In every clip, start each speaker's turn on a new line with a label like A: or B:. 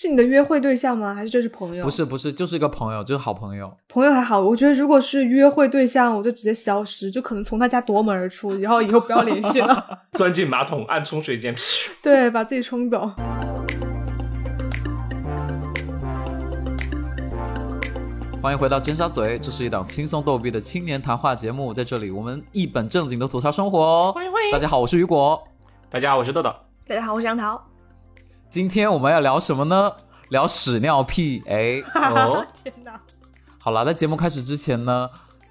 A: 是你的约会对象吗？还是就是朋友？
B: 不是不是，就是个朋友，就是好朋友。
A: 朋友还好，我觉得如果是约会对象，我就直接消失，就可能从他家夺门而出，然后以后不要联系 了。
C: 钻进马桶，按冲水键，噗
A: 对，把自己冲走。
B: 欢迎回到尖沙咀，这是一档轻松逗逼的青年谈话节目，在这里我们一本正经的吐槽生活哦。
C: 欢迎欢迎
B: 大家好，我是雨果。
C: 大家好，我是豆 豆。
A: 大家好，我是杨桃。
B: 今天我们要聊什么呢？聊屎尿屁。哎，
C: 哦，
A: 天哪！
B: 好了，在节目开始之前呢，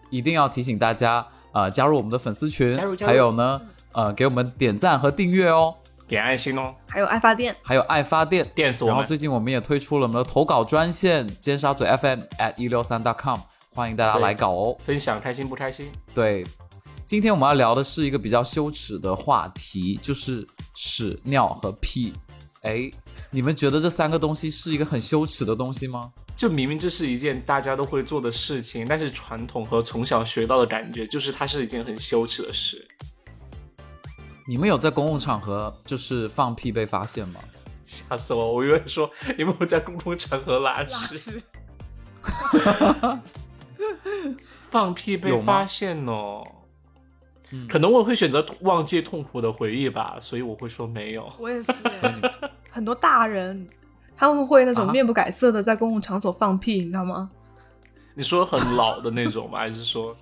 B: 一定要提醒大家啊、呃加入我们的粉丝群
C: 加入，加入
B: 还有呢，呃，给我们点赞和订阅哦，
C: 点爱心哦，
A: 还有爱发电，
B: 还有爱发电。
C: 电死我
B: 然后
C: 们！
B: 最近我们也推出了我们的投稿专线尖沙咀 FM at 一六三 .com，欢迎大家
C: 对
B: 来搞哦。
C: 分享开心不开心？
B: 对，今天我们要聊的是一个比较羞耻的话题，就是屎尿和屁。哎，你们觉得这三个东西是一个很羞耻的东西吗？
C: 就明明这是一件大家都会做的事情，但是传统和从小学到的感觉就是它是一件很羞耻的事。
B: 你们有在公共场合就是放屁被发现吗？
C: 吓死我！我以为说有没有在公共场合拉屎、放屁被
B: 有吗
C: 发现哦。
B: 嗯
C: 可能我会选择忘记痛苦的回忆吧，所以我会说没有。
A: 我也是耶，很多大人他们会那种
B: 啊
A: 面不改色的在公共场所放屁，你知道吗？
C: 你说很老的那种吗？还是说，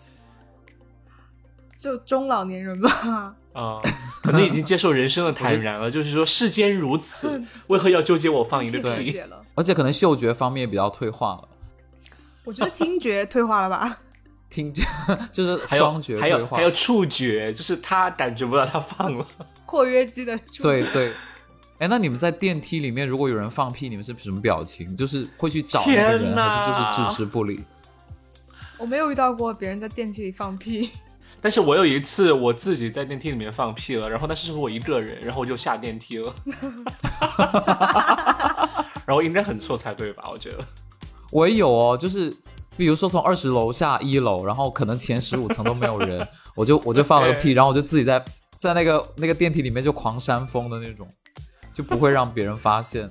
A: 就中老年人吧，
C: 啊、可能已经接受人生的坦然了，就是说世间如此，
B: 嗯
C: 为何要纠结我放一个
A: 听不
C: 屁？
A: 解了。
B: 而且可能嗅觉方面也比较退化了，
A: 我觉得听觉退化了吧？
B: 听 觉就是
C: 还有
B: 双觉
C: 还
B: 退
C: 有
B: 化
C: 还有触觉，就是他感觉不到他放了。
A: 括约肌的触
B: 对对。哎，那你们在电梯里面，如果有人放屁，你们是什么表情？就是会去找那个
C: 天
B: 人，
C: 哪
B: 还是就是置之不理？
A: 我没有遇到过别人在电梯里放屁，
C: 但是我有一次我自己在电梯里面放屁了，然后但是是我一个人，然后我就下电梯了， 然后应该很臭才对吧？我觉得
B: 我也有哦，就是比如说从二十楼下一楼，然后可能前十五层都没有 人，我就我就放了个屁，然后我就自己在在那个那个电梯里面就狂扇风的那种，就不会让别人发现，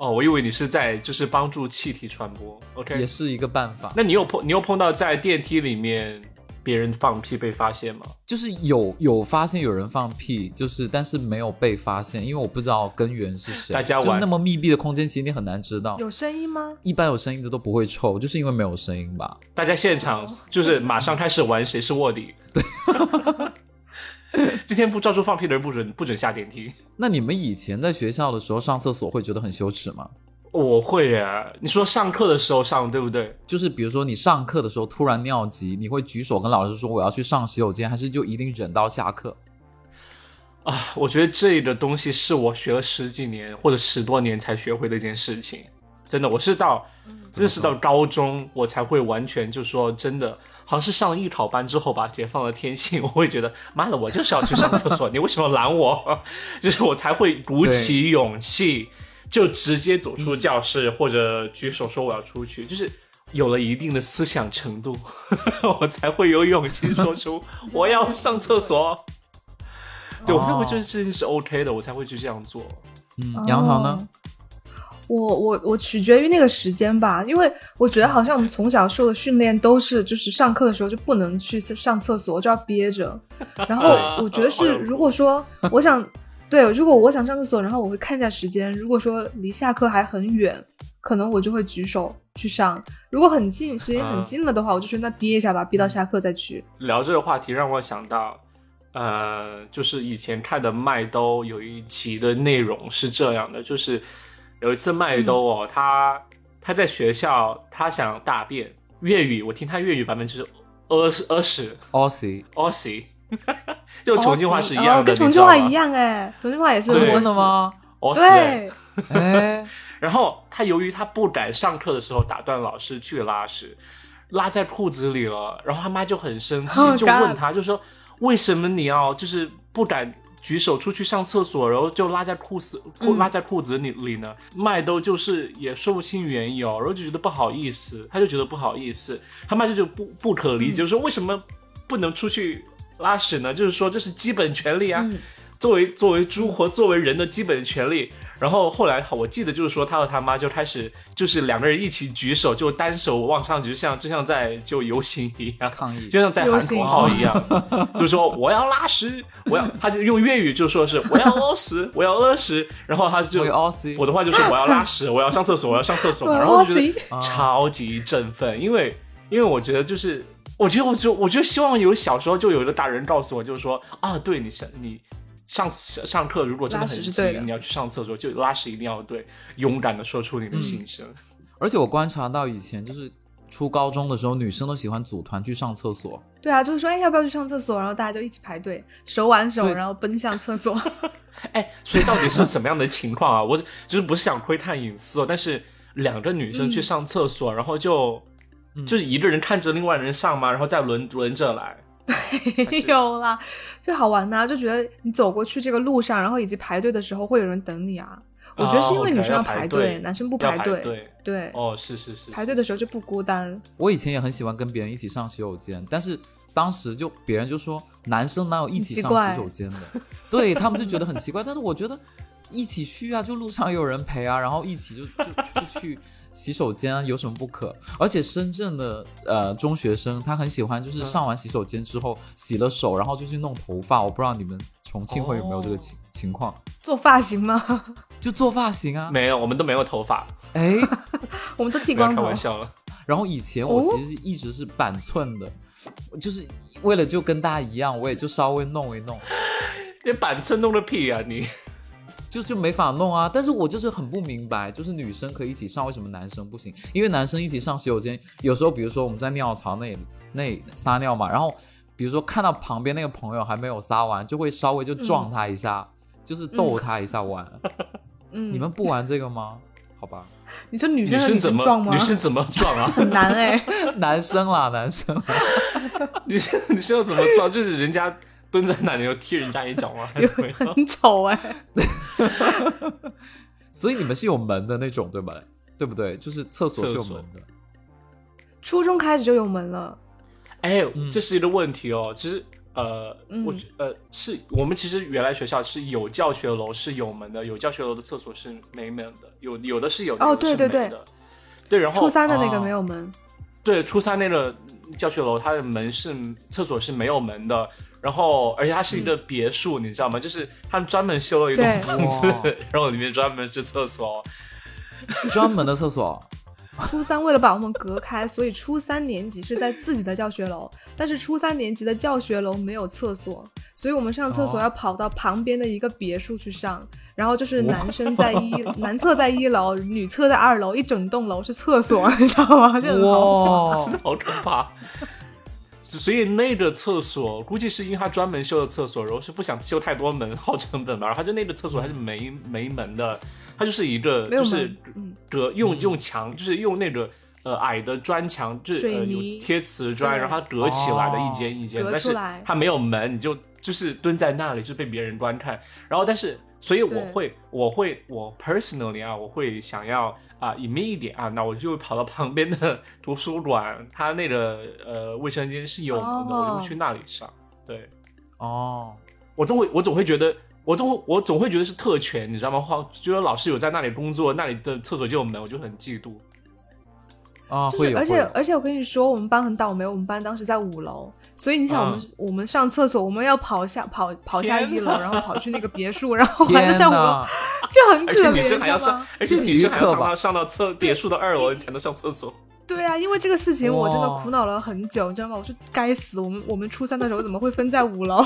C: 哦，我以为你是在就是帮助气体传播。
B: 也
C: OK，
B: 是一个办法。
C: 那你有碰你有碰到在电梯里面别人放屁被发现吗？
B: 就是有有发现有人放屁，就是但是没有被发现，因为我不知道根源是谁。
C: 大家
B: 就
C: 玩
B: 那么密闭的空间，其实你很难知道。
A: 有声音吗？
B: 一般有声音的都不会臭，就是因为没有声音吧？
C: 大家现场就是马上开始玩谁是卧底。对， 今天不照住放屁的人不准不准下电梯。
B: 那你们以前在学校的时候上厕所会觉得很羞耻吗？
C: 我会啊，你说上课的时候上对不对？
B: 就是比如说你上课的时候突然尿急，你会举手跟老师说我要去上洗手间，还是就一定忍到下课？
C: 啊，我觉得这个东西是我学了十几年或者十多年才学会的一件事情。真的，我是到真的是到高中我才会完全就说真的，好像是上了艺考班之后吧，解放了天性， 我会觉得妈的，我就是要去上厕所，你为什么拦我？ 就是我才会鼓起勇气，就直接走出教室、或者举手说我要出去，就是。有了一定的思想程度， 我才会有勇气说出我要上厕所。对，我才
A: 哦
C: 会觉得这件事 OK 的，我才会去这样做。
B: 嗯，杨桃呢？
A: 哦我我我取决于那个时间吧，因为我觉得好像我们从小受的训练都是，就是上课的时候就不能去上厕所，就要憋着。然后我觉得
C: 哦好有
A: 是，
C: 苦
A: 如果说我想对，如果我想上厕所，然后我会看一下时间，如果说离下课还很远，可能我就会举手去上；如果很近，时间
C: 啊
A: 很近了的话，我就说那憋一下吧，憋到下课再去。
C: 聊这个话题让我想到，呃，就是以前看的麦兜有一集的内容是这样的，就是有一次麦兜哦，
A: 嗯
C: 他他在学校他想大便，粤语我听他粤语版本就是屙屎屙屎
B: o s i
C: 屙屎， 就重庆话是一样
A: 哦
C: 的，
A: 跟重庆话一，样哎，重庆话也是
C: 对
B: 真的？吗？
C: 屙屎。
A: 对，
B: 哎，
C: 然后他由于他不敢上课的时候打断老师去拉屎，拉在裤子里了，然后他妈就很生气
A: Oh，God
C: 就问他，就说为什么你要就是不敢举手出去上厕所，然后就拉在裤子裤
A: 嗯
C: 拉在裤子里里呢？麦兜就是也说不清缘由，然后就觉得不好意思，他就觉得不好意思，他妈就就不不可理
A: 嗯
C: 解，就说为什么不能出去拉屎呢？就是说这是基本权利啊。
A: 嗯
C: 作为作为猪和作为人的基本权利。然后后来我记得就是说他和他妈就开始就是两个人一起举手，就单手往上举，就像就像在就游行一样，
B: 抗议
C: 就像在
A: 游
C: 喊
A: 行
C: 口号一样，就说我要拉屎，我要，他就用粤语就说是我要屙屎， 我要屙屎，然后他就
B: 我有 OC
C: 我的话就是我要拉 屎，我要上厕所，我要上厕所，
A: 我要
C: 然后我就
A: 拉
C: 觉
A: 屎
C: 得超级振奋，因为因为我觉得就是。我觉得，我就我就希望有小时候就有一个大人告诉我，就是说啊，对你上你上上课如果真的
A: 拉
C: 很
A: 屎是
C: 急
A: 对的，
C: 你要去上厕所，就拉屎一定要对，勇敢的说出你的心声。
B: 而且我观察到以前就是初高中的时候，女生都喜欢组团去上厕所，
A: 对啊，就是说，哎，要不要去上厕所？然后大家就一起排队，手挽手，
B: 对
A: 然后奔向厕 所。
C: 哎，所以到底是什么样的情况啊？我就是不是想窥探隐私哦，但是两个女
A: 嗯
C: 生去上厕所，然后就
B: 嗯
C: 就是一个人看着另外人上嘛，然后再轮轮着来。
A: 没有啦，就好玩呐、就觉得你走过去这个路上，然后以及排队的时候会有人等你啊。我觉得是因为
C: 哦
A: 女生
C: OK，要
A: 排
C: 排
A: 队，
C: 队
A: 男生不
C: 要
A: 排队。
C: 队，
A: 对，
C: 哦，是是是，
A: 排队的时候就不孤单。
B: 我以前也很喜欢跟别人一起上洗手间，但是当时就别人就说男生哪有一起上洗手间的，对他们就觉得很奇怪。但是我觉得一起去啊，就路上有人陪啊，然后一起就就就去洗手间、啊，有什么不可？而且深圳的呃中学生他很喜欢，就是上完洗手间之后洗了手，然后就去弄头发。我不知道你们重庆会有没有这个情、情况，
A: 做发型吗？
B: 就做发型啊，
C: 没有，我们都没有头发，
B: 哎。
A: 我们都剃
C: 不要
A: 光
C: 开
A: 头
C: 玩。笑了。
B: 然后以
A: 哦
B: 前我其实一直是板寸的，就是为了就跟大家一样，我也就稍微弄一弄，
C: 你板寸弄个屁啊你！
B: 就就没法弄啊。但是我就是很不明白，就是女生可以一起上，为什么男生不行？因为男生一起上洗手间，有时候比如说我们在尿槽那里那里撒尿嘛，然后比如说看到旁边那个朋友还没有撒完，就会稍微就撞他一下，就是逗他一下玩。
A: 嗯，
B: 你们不玩这个吗？好吧，
A: 你说女
C: 女
A: 生和
C: 生
A: 女
C: 怎么
A: 撞吗？
C: 女生怎么撞啊？
A: 很难哎、
B: 男生啦，男生啦
C: 女生 女生要怎么撞？就是人家蹲在那里又踢人家一脚吗？还是怎么样？
A: 很丑哎、
B: 所以你们是有门的那种，对吧？对不对？就是厕所是有
C: 厕所
B: 门的。
A: 初中开始就有门了，
C: 哎
B: 嗯，
C: 这是一个问题哦，就是呃，
A: 嗯
C: 我觉呃是我们其实原来学校是有教学楼是有门的，有教学楼的厕所是没门的，有有的是有的，
A: 哦
C: 有的
A: 对
C: 是
A: 对
C: 没
A: 对
C: 的，对，然后啊
A: 初三的那个
B: 哦
A: 没有门。
C: 对，初三那个教学楼，它的门是厕所是没有门的，然后而且它是一个别墅，你知道吗？就是他们专门修了一
A: 嗯对
C: 栋
B: 哦
C: 房子
B: 哇，
C: 然后里面专门是厕所。哦
B: 专门的厕所，
A: 初三为了把我们隔开，所以初三年级是在自己的教学楼，但是初三年级的教学楼没有厕所，所以我们上厕所
B: 哦
A: 要跑到旁边的一个别墅去上。然后就是男生在一 男厕在一楼，女厕在二楼，一整栋楼是厕所， 你知道吗？这很好
B: 哇
C: 真的好可怕。所以那个厕所估计是因为他专门修的厕所，然后是不想修太多门，耗成本吧。然后他就那个厕所还是没没门的，它就是一个
A: 没有
C: 就
A: 门
C: 是
A: 嗯
C: 隔用用墙，就是用那个呃矮的砖墙，就是
A: 水
C: 呃有
A: 泥
C: 贴瓷砖，
A: 对
C: 然后它隔起来的
B: 哦
C: 一间一间，
A: 隔
C: 但
A: 出
C: 是
A: 来
C: 它没有门，你就就是蹲在那里就被别人观看。然后但是，所以我
A: 对
C: 会，我会，我 personally 啊，我会想要啊隐秘一点啊，那我就跑到旁边的 图书馆，它那个呃卫生间是有门的，我就
A: 哦
C: 会去那里上。对
B: 哦，
C: 我总会，我总会觉得。我总会我总会觉得是特权，你知道吗？好，觉得老师有在那里工作，那里的厕所就有门，我就很嫉妒。
B: 啊，
A: 就
B: 会
A: 是，
B: 有，
A: 而
B: 会
A: 且
B: 有
A: 而且我跟你说，我们班很倒霉，我们班当时在五楼，所以你想，我们、我们上厕所，我们要跑下跑跑下
C: 嗯天
A: 一楼，
C: 哪
A: 然后跑去那个别墅，然后还
B: 天
A: 在下五楼，
B: 哪，
A: 这很可
C: 而
A: 怜，
C: 且女生还要
A: 你知道吗
C: 上，而且
B: 这
C: 女生还要
B: 体育
C: 上
B: 课吧
C: 到上到厕别墅的二楼，你才能上厕所。
A: 对啊，因为这个事情我真的
B: 哇
A: 苦恼了很久，你知道吗？我说该死，我们我们初三的时候怎么会分在五楼，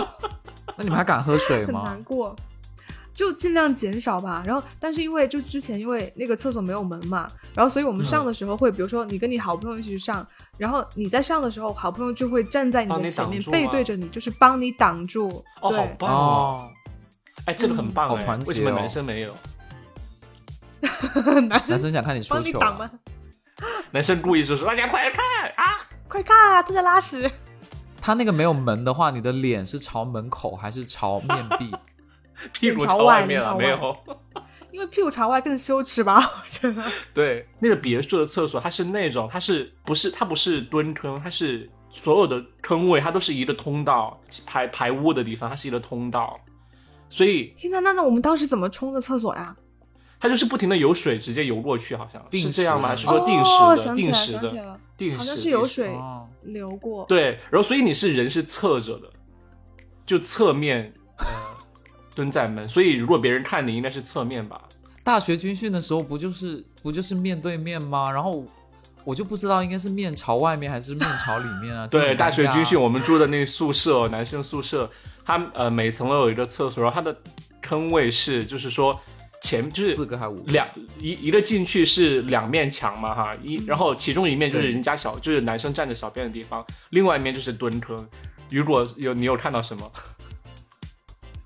B: 那你们还敢喝水
A: 很
B: 吗
A: 难？过。就尽量减少吧，然后但是因为就之前因为那个厕所没有门嘛，然后所以我们
C: 嗯
A: 上的时候会，比如说你跟你好朋友一起去上，然后你在上的时候，好朋友就会站在你
C: 帮
A: 的
C: 你
A: 前面
C: 挡，住啊
A: 背对着你，就是帮你挡住。
C: 哦，好
A: 对，
C: 棒哦！
B: 哦，
C: 哎，这个很棒
B: 好
C: 哎
B: 团，结
C: 为什么
B: 哦
C: 男生没有？
A: 男
B: 男
A: 生
B: 生想看你出
A: 帮你
B: 糗
A: 挡
B: 啊，
A: 吗？
C: 男生故意说说大家快看啊！
A: 快看啊，他在拉屎。
B: 他那个没有门的话，你的脸是朝门口还是朝面 壁？
C: 屁股
A: 脸朝
C: 朝
A: 外
C: 外面了没
A: 脸朝
C: 有？
A: 因为屁股朝外更羞耻吧，我觉得。
C: 对，那个别墅的厕所，它是那种，它是不是它不是蹲坑，它是所有的坑位，它都是一个通道，排排污的地方，它是一个通道，所以
A: 天呐，那那我们当时怎么冲的厕所呀？
C: 它就是不停的有水直接游过去，好像
B: 定
C: 是
B: 时
C: 这样吗？还是
B: 哦
C: 说定时
A: 哦，
C: 的？
A: 想起
C: 定
A: 来，
C: 时
A: 想起来
C: 的，
A: 了，
C: 定时
A: 好像是有
C: 定时
A: 水
B: 哦
A: 流过。
C: 对，然后所以你是人是侧着的，就侧面呃蹲在门，所以如果别人看你，应该是侧面吧？
B: 大学军训的时候不就是不就是面对面吗？然后我就不知道应该是面朝外面还是面朝里面啊。就
C: 对，
B: 很
C: 大学
B: 尴尬
C: 军训我们住的那个宿舍，男生宿舍，它呃每层楼有一个厕所，然后它的坑位是就是说前就是
B: 四个还五个，
C: 两一一个进去是两面墙嘛哈，一然后其中一面就是人家小就是男生站着小便的地方，另外一面就是蹲坑。如果有你有看到什么？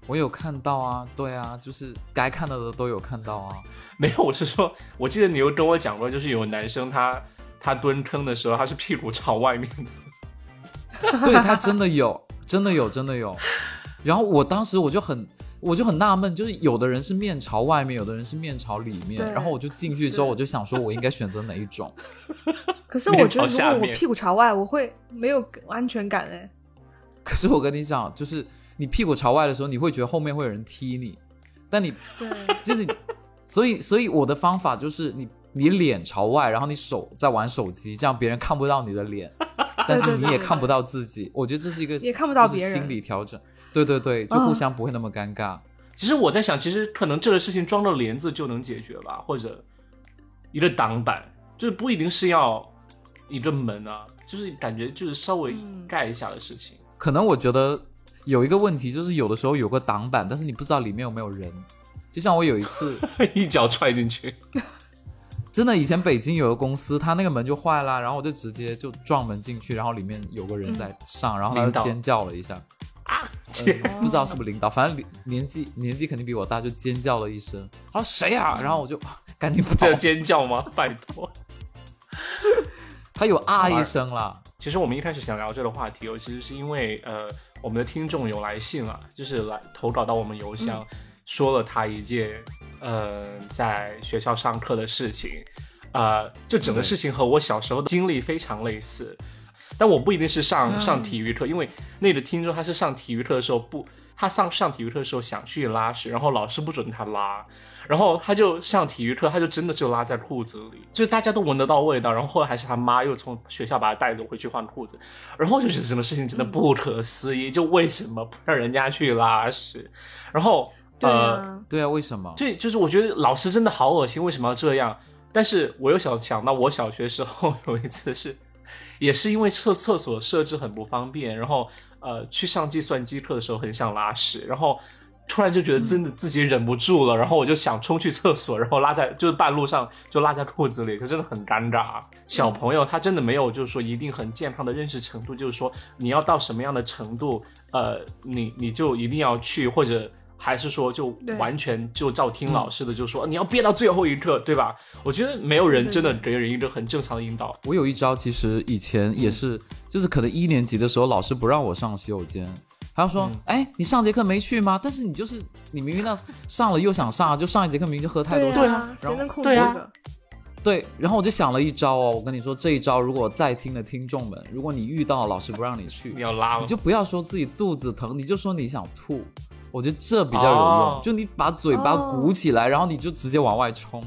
B: 我有看到啊，对啊，就是该看到的都有看到啊。
C: 没有，我是说，我记得你有跟我讲过，就是有男生他他蹲坑的时候，他是屁股朝外面的。
B: 对他真的有，真的有，真的有。然后我当时我就很，我就很纳闷，就是有的人是面朝外面，有的人是面朝里面。
A: 对
B: 然后我就进去之后，
A: 对
B: 我就想说，我应该选择哪一种？
A: 可是
C: 面
A: 我觉
C: 朝
A: 得，
C: 下
A: 如果我
C: 面
A: 屁股朝外，我会没有安全感哎。
B: 可是我跟你讲，就是你屁股朝外的时候，你会觉得后面会有人踢你，但你
A: 对，
C: 呃
B: 就是你， 所以所以我的方法就是你你脸朝外，然后你手在玩手机，这样别人看不到你 的脸，但是
A: 对
B: 你
A: 对
B: 也
A: 对
B: 看不到自己。我觉得这是一个
A: 也看不到
B: 就是
A: 别人
B: 心理调整。对对对，就
A: 啊
B: 互相不会那么尴尬。
C: 其实我在想，其实可能这个事情装到帘子就能解决吧，或者一个挡板，就是不一定是要一个门啊，就是感觉就是稍微
A: 嗯
C: 盖一下的事情。
B: 可能我觉得有一个问题就是，有的时候有个挡板，但是你不知道里面有没有人。就像我有一次，
C: 一脚踹进去，
B: 真的以前北京有个公司，它那个门就坏啦，然后我就直接就撞门进去，然后里面有个人在上，然后他
C: 领
B: 就
C: 导
B: 尖叫了一下，
C: 切
B: 嗯不知道是不是领导，反正年年纪年纪肯定比我大，就尖叫了一声，他说谁呀、然后我就啊赶紧跑，
C: 这叫尖叫吗？拜托。
B: 他有啊一声啦，
C: 其实我们一开始想聊这个话题哦，其实是因为呃，我们的听众有来信啊，就是来投稿到我们邮箱，说了他一件呃在学校上课的事情，啊、就整个事情和我小时候的经历非常类似，但我不一定是上
A: 嗯
C: 上体育课，因为那个听众他是上体育课的时候不，他上上体育课的时候想去拉屎，然后老师不准他拉，然后他就上体育课，他就真的就拉在裤子里，就是大家都闻得到味道。然后后来还是他妈又从学校把他带走回去换裤子，然后我就觉得什么事情真的不可思议，就为什么不让人家去拉屎？然后
A: 对
C: 呃，
A: 啊，
B: 对啊，为什么？
C: 对，就是我觉得老师真的好恶心，为什么要这样？但是我又想想到我小学时候 有一次是，也是因为厕厕所设置很不方便，然后呃去上计算机课的时候很想拉屎，然后突然就觉得真的自己忍不住了，然后我就想冲去厕所，然后拉在就是半路上就拉在裤子里，就真的很尴尬。小朋友他真的没有就是说一定很健康的认识程度，就是说你要到什么样的程度，呃，你你就一定要去或者。还是说就
A: 对嗯
C: 完全就照听老师的，就说你要憋到最后一刻，对吧？我觉得没有人真的给人一个很正常的引导，
B: 我有一招，其实以前也是，就是可能一年级的时候，老师不让我上洗手间，他说
C: 嗯：“
B: 哎、你上节课没去吗？但是你就是你明明那上了又想上啊，就上一节课明明就喝太多酒。
A: 对
C: 然后
A: 啊，谁能控制
C: 对
A: 这
C: 啊
A: 个？
B: 对然后我就想了一招哦，我跟你说这一招，如果在听的听众们，如果你遇到老师不让你去
C: 你，要拉
B: 你
C: 了。
B: 就不要说自己肚子疼，你就说你想吐，我觉得这比较有用。
C: 哦
B: 就你把嘴巴鼓起来，然后你就直接往外冲，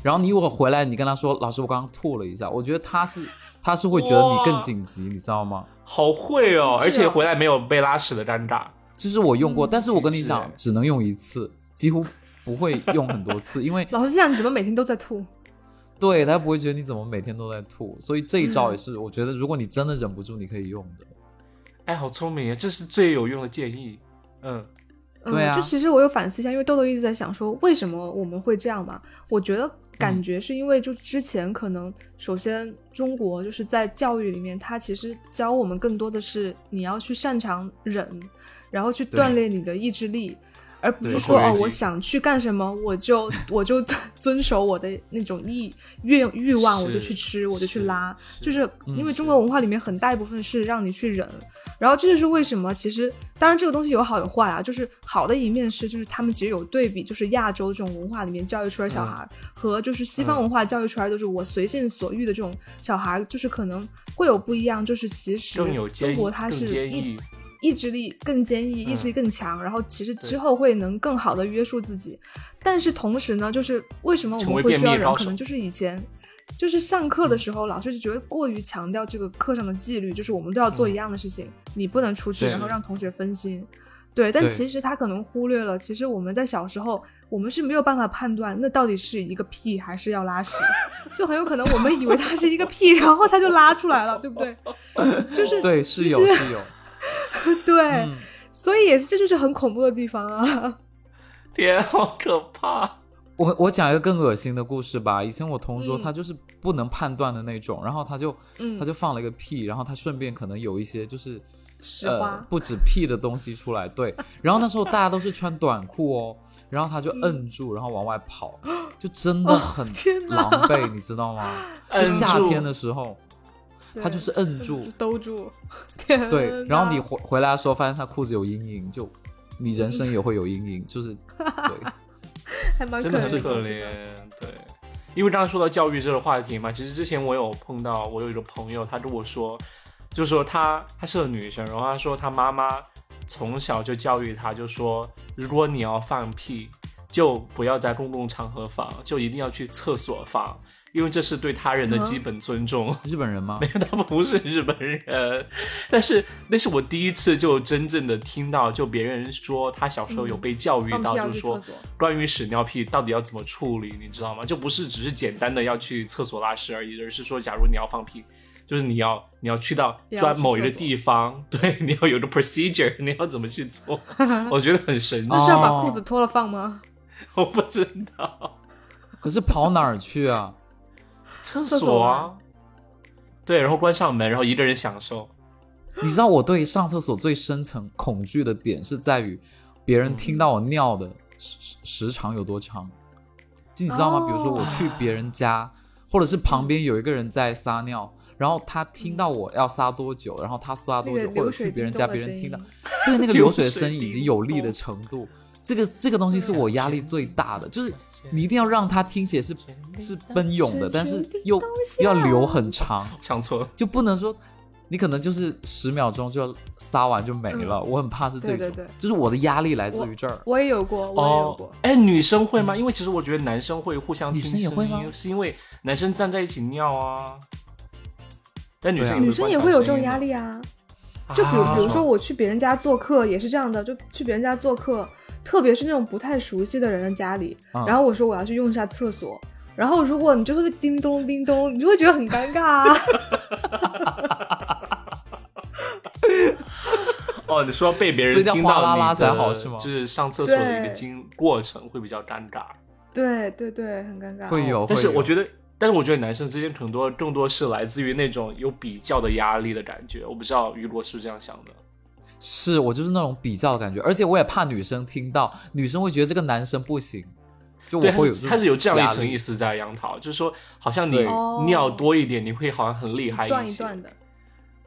B: 然后你如果回来，你跟他说：“老师，我刚刚吐了一下。”我觉得他是他是会觉得你更紧急，你知道吗？
C: 好会哦，
A: 自制啊
C: 而且回来没有被拉屎的尴尬。
B: 这是我用过，
A: 嗯
B: 但是我跟你
C: 机智
B: 讲
C: 哎，
B: 只能用一次，几乎不会用很多次，因 为
A: 老师这样，你怎么每天都在吐？
B: 对他不会觉得你怎么每天都在吐，所以这一
A: 嗯
B: 招也是我觉得，如果你真的忍不住，你可以用的。
C: 哎，好聪明啊，这是最有用的建议。嗯，
A: 嗯
B: 对啊
A: 就其实我有反思一下，因为豆豆一直在想说为什么我们会这样嘛？我觉得感觉是因为就之前可能首先中国就是在教育里面，它其实教我们更多的是你要去擅长忍，然后去
B: 对
A: 锻炼你的意志力。而不是
C: 对
A: 说
C: 括约
A: 哦，
C: 肌
A: 我想去干什么，我就我就 遵守我的那种意欲欲望，我就是去吃，我就去
C: 是
A: 拉，
C: 是
A: 就是
B: 嗯
A: 因为中
C: 是
A: 国文化里面很大一部分是让你去忍，然后这就是为什么，其实当然这个东西有好有坏啊，就是好的一面是，就是他们其实有对比，就是亚洲这种文化里面教育出来的
C: 嗯
A: 小孩、和就是西方文化教育出来，就是我随性所欲的这种小孩，就是可能会有不一样，就是其实
C: 更有
A: 中
C: 坚
A: 国它
C: 更
A: 是
C: 坚
A: 一
C: 毅。
A: 意志力更坚毅，
C: 嗯
A: 意志力更强，然后其实
C: 对
A: 之后会能更好的约束自己。但是同时呢，就是为什么我
C: 成为
A: 们会
C: 便
A: 需要
C: 秘
A: 人
C: 高，
A: 可
C: 手
A: 能就是以前。就是上课的时候，老师就觉得过于强调这个课上的纪律，就是我们都要
C: 嗯
A: 做一样的事情，你不能出去，
B: 对
A: 然后让同学分心。对，但
B: 对
A: 其实他可能忽略了，其实我们在小时候，我们是没有办法判断那到底是一个屁还是要拉屎，就很有可能我们以为它是一个屁，然后它就拉出来了，对不对？就是
B: 对，是有是有，
A: 对，
B: 嗯，
A: 所以也是这就是很恐怖的地方 啊。
C: 天，好可怕！
B: 我我讲一个更恶心的故事吧。以前我同桌
A: 嗯
B: 他就是不能判断的那种，然后他就
A: 嗯
B: 他就放了一个屁，然后他顺便可能有一些就是
A: 实
B: 呃
A: 话，
B: 不止屁的东西出 来，对。然后那时候大家都是穿短裤哦，然后他就摁住，然后往外跑，就真的很
A: 嗯哦天哪
B: 狼狈，你知道吗？ 就
C: 摁
B: 夏
C: 住
B: 天的时候，他就是摁 住，
A: 兜住，天啊哪
B: 对，然后你回回来的时候发现他裤子有阴影，就你人生也会有阴影， 就是对，
A: 还蛮可
C: 真的很
A: 怜
C: 可怜。对，因为刚刚说到教育这个话题嘛，其实之前我有碰到，我有一个朋友，他跟我说，就是说她她是个女生，然后她说她妈妈从小就教育她，就说如果你要放屁，就不要在公共场合放，就一定要去厕所放，因为这是对他人的
A: 嗯
C: 基本尊重。
B: 日本人吗？
C: 没有，他不是日本人， 但是那是我第一次就真正的听到，就别人说他小时候有被教育
A: 嗯放屁
C: 到，
A: 要
C: 就是
A: 去
C: 说
A: 厕所，
C: 关于屎尿屁到底要怎么处理，你知道吗？就不是只是简单的要去厕所拉屎而已，而是说，假如你要放屁，就是你要你要去到
A: 也要
C: 专
A: 去
C: 某一个
A: 厕所
C: 地方， 对，你要有个 procedure，你要怎么 去做？我觉得很神
A: 那
C: 奇，
A: 是要
B: 哦
A: 把裤子脱了放吗？
C: 我不知道
B: 可是跑哪儿去啊？
C: 厕
A: 厕
C: 所
A: 所
C: 啊，对，然后关上门，然后一个人享受，
B: 你知道我对上厕所最深层恐惧的点是在于，
A: 嗯
B: 别人听到我尿的时时时长有多长，就你知道吗？
A: 哦
B: 比如说我去别人家，或者是
A: 嗯
B: 旁边有一个人在撒尿，然后他听到我要撒多久，然后他撒
A: 那
B: 多
A: 个
B: 久，或
A: 流
B: 者去
A: 水
B: 别人
A: 叮
B: 家，
A: 咚的
B: 别
A: 声
B: 人听
A: 音
B: 到，，对 那个流水的声音以
C: 流水
B: 及
C: 叮
B: 有力的程度，这个这个东西是我压力最大的，就是你一定要让它听起来是是奔涌的，但是又要流很长。
C: 上错了。
B: 就不能说你可能就是十秒钟就撒完就没了，我很怕是这种，
A: 嗯对对对
B: 就是我的压力来自于这儿。
A: 我也有过，我也有
C: 哦
A: 过。，
C: 哎，女生会吗？因为其实我觉得男生会互相听
B: 女生也会
C: 声音
B: 吗
C: 是因为男生站在一起尿啊。但女生
B: 对啊
A: 女生也会有这种压力啊，
C: 啊，
A: 就比如比如说我去别人家做客也是这样的，就去别人家做客，特别是那种不太熟悉的人的家里，
B: 嗯
A: 然后我说我要去用一下厕所，然后如果你就会叮咚叮咚，你就会觉得很尴尬啊。
C: 哦，你说被别
B: 所
C: 人
B: 以要
C: 听到
B: 哗啦
C: 你
B: 啦才
C: 的
B: 好是吗
C: 就是上厕所的一个
A: 对
C: 经过程会比较尴尬，
A: 对对对，很尴尬。
B: 会有，
C: 但是
B: 会有
C: 我觉得。但是我觉得男生之间很多更多是来自于那种有比较的压力的感觉，我不知道雨果是不是这样想的。
B: 是我就是那种比较的感觉，而且我也怕女生听到，女生会觉得这个男生不行，就我
C: 对，它
B: 会有
C: 是它是有这样一层意
B: 思。
C: 思在杨桃，就是说好像你
B: 对
C: 尿多一点，你会好像很厉害
A: 一段一
C: 些
A: 段的，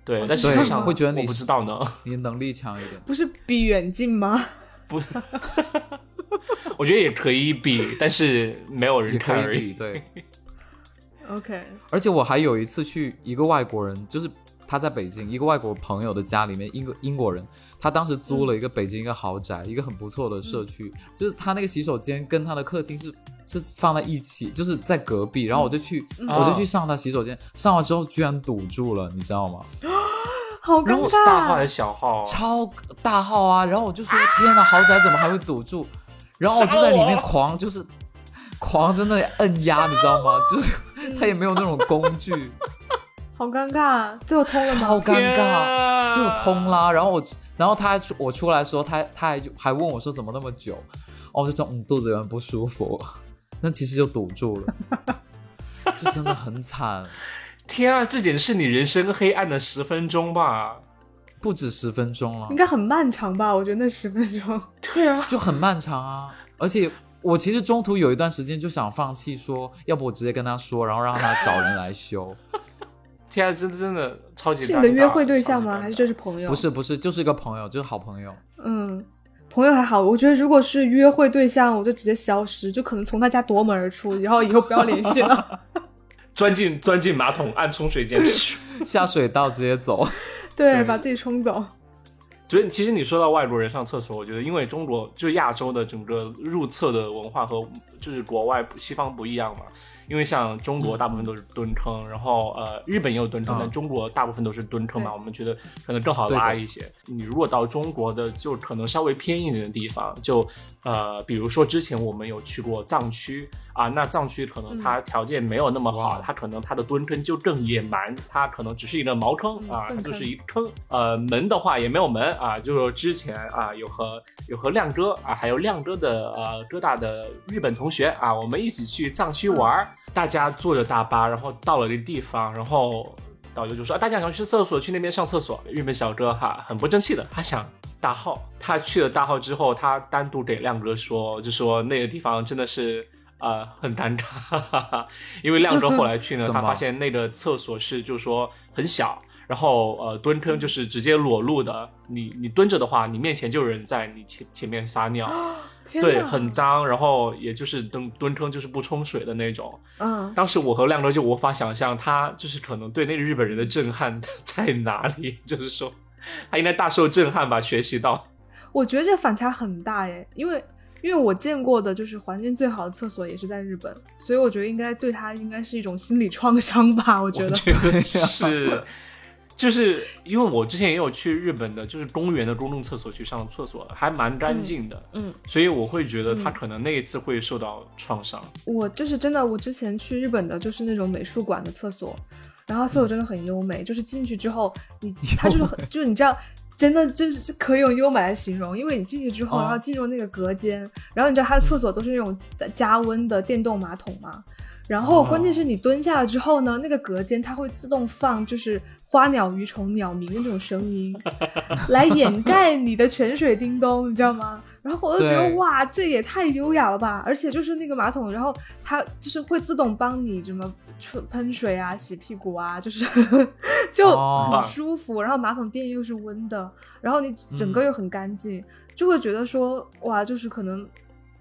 C: 对
A: 哦，
C: 但
A: 是
C: 实
A: 这
C: 际
A: 样
C: 上
A: 吗
B: 会觉得你
C: 我不
B: 是
C: 知道呢。
B: 你的能力强一点，
A: 不是比远近吗？
C: 不，我觉得也可以比，但是没有人
B: 也
C: 看
B: 可
C: 而
B: 以比
C: 已。
B: 对。
A: OK，
B: 而且我还有一次去一个外国人，就是他在北京一个外国朋友的家里面，英国英国人，他当时租了一个北京一个豪宅，一个很不错的社区，就是他那个洗手间跟他的客厅是是放在一起，就是在隔壁，然后我就去、我就去上他洗手间，上完之后居然堵住了，你知道吗？
A: 好尴
C: 然后是大号还哎
A: 尬。
C: 是小号？啊
B: 超大号啊！然后我就说天哪，豪宅怎么还会堵住？然后我就在里面狂就是狂在那里摁压，你知道吗？就是他也没有那种工具，
A: 好尴尬，最后通了吗？
B: 超尴尬。
C: 尬
B: 就通。啦。然后我，然后他还出我出来的时候，他他还就还问我说怎么那么久，哦，我就说嗯肚子有点不舒服， 那其实就堵住了， 就真的很惨，
C: 天啊，这简直是你人生黑暗的十分钟吧？
B: 不止十分钟了
A: 应，该很漫长吧？我觉得那十分钟。
C: 对啊，
B: 就很漫长啊。而且我其实中途有一段时间就想放弃说，要不我直接跟他说，然后让他找人来 修。
C: 天啊，真真的超级尴尬。
A: 是你的约会对象
C: 超级
A: 吗？
C: 尴尬
A: 还是这是朋
C: 啊
A: 友？
B: 不是不是，就是一个朋友，就是好朋友。
A: 嗯，朋友还好，我觉得如果是约会对象，我就直接消失，就可能从他家夺门而出，然后以后不要联系了。
C: 钻进钻 进马桶，按冲水键。
B: 下水道直接走，
A: 对，
C: 对
A: 把自己冲走。
C: 觉得其实你说到外国人上厕所，我觉得因为中国就亚洲的整个入厕的文化和就是国外西方不一样嘛，因为像中国大部分都是蹲坑，然后呃日本也有蹲坑，
B: 嗯
C: 但中国大部分都是蹲坑嘛，
A: 啊对
C: 我们觉得可能更好拉一些。你如果到中国的就可能稍微偏一点的地方，就呃比如说之前我们有去过藏区啊，那藏区可能
A: 嗯
C: 它条件没有那么好，
B: 哇
C: 它可能它的蹲坑就更野蛮，它可能只是一个茅坑
A: 嗯
C: 啊，它
A: 粪
C: 就是
A: 坑
C: 一坑。呃，门的话也没有门啊，就是之前啊有和有和亮哥啊，还有亮哥的呃哥大的日本同学啊，我们一起去藏区玩儿，大家坐着大巴，然后到了这个地方，然后。导游就说啊，大家想去厕所，去那边上厕所。日本小哥哈很不争气的，他想大号，他去了大号之后，他单独给亮哥说，就说那个地方真的是呃很尴尬，因为亮哥后来去呢，
B: 怎
C: 他
B: 么
C: 发现那个厕所是就是说很小，然后呃蹲
A: 嗯
C: 坑就是直接裸露的，你你蹲着的话，你面前就有人在你前前面撒尿，
A: 哦天
C: 对，
A: 哪
C: 很脏，然后也就是蹲蹲坑就是不冲水的那种，
A: 嗯，
C: 当时我和亮哥就无法想象，他就是可能对那个日本人的震撼在哪里，就是说他应该大受震撼吧，学习 到。
A: 我觉得这反差很大耶，因为因为我见过的就是环境最好的厕所也是在日本，所以我觉得应该对他应该是一种心理创伤吧。我觉
C: 我
A: 得，
C: 觉得是，就是因为我之前也有去日本的，就是公园的公共厕所去上厕所，还蛮干净的，
A: 嗯，
C: 所以我会觉得他
A: 嗯
C: 可能那一次会受到创伤。
A: 我就是真的，我之前去日本的就是那种美术馆的厕所，然后厕所真的很优美，就是进去之后，你它就是很就是你知道。真的就是是可以用优美来形容，因为你进去之后，
B: 哦
A: 然后进入那个隔间，然后你知道它的厕所都是那种加温的电动马桶嘛，然后
C: 哦
A: 关键是你蹲下了之后呢，那个隔间它会自动放就是花鸟鱼虫鸟鸣的那种声音，来掩盖你的泉水叮咚，你知道吗？然后我就觉得
B: 对
A: 哇，这也太优雅了吧！而且就是那个马桶，然后它就是会自动帮你什么吹喷水啊、洗屁股啊，就是 就
B: 哦
A: 很舒服。然后马桶垫又是温的，然后你整个又很干净，就会觉得说哇，就是可能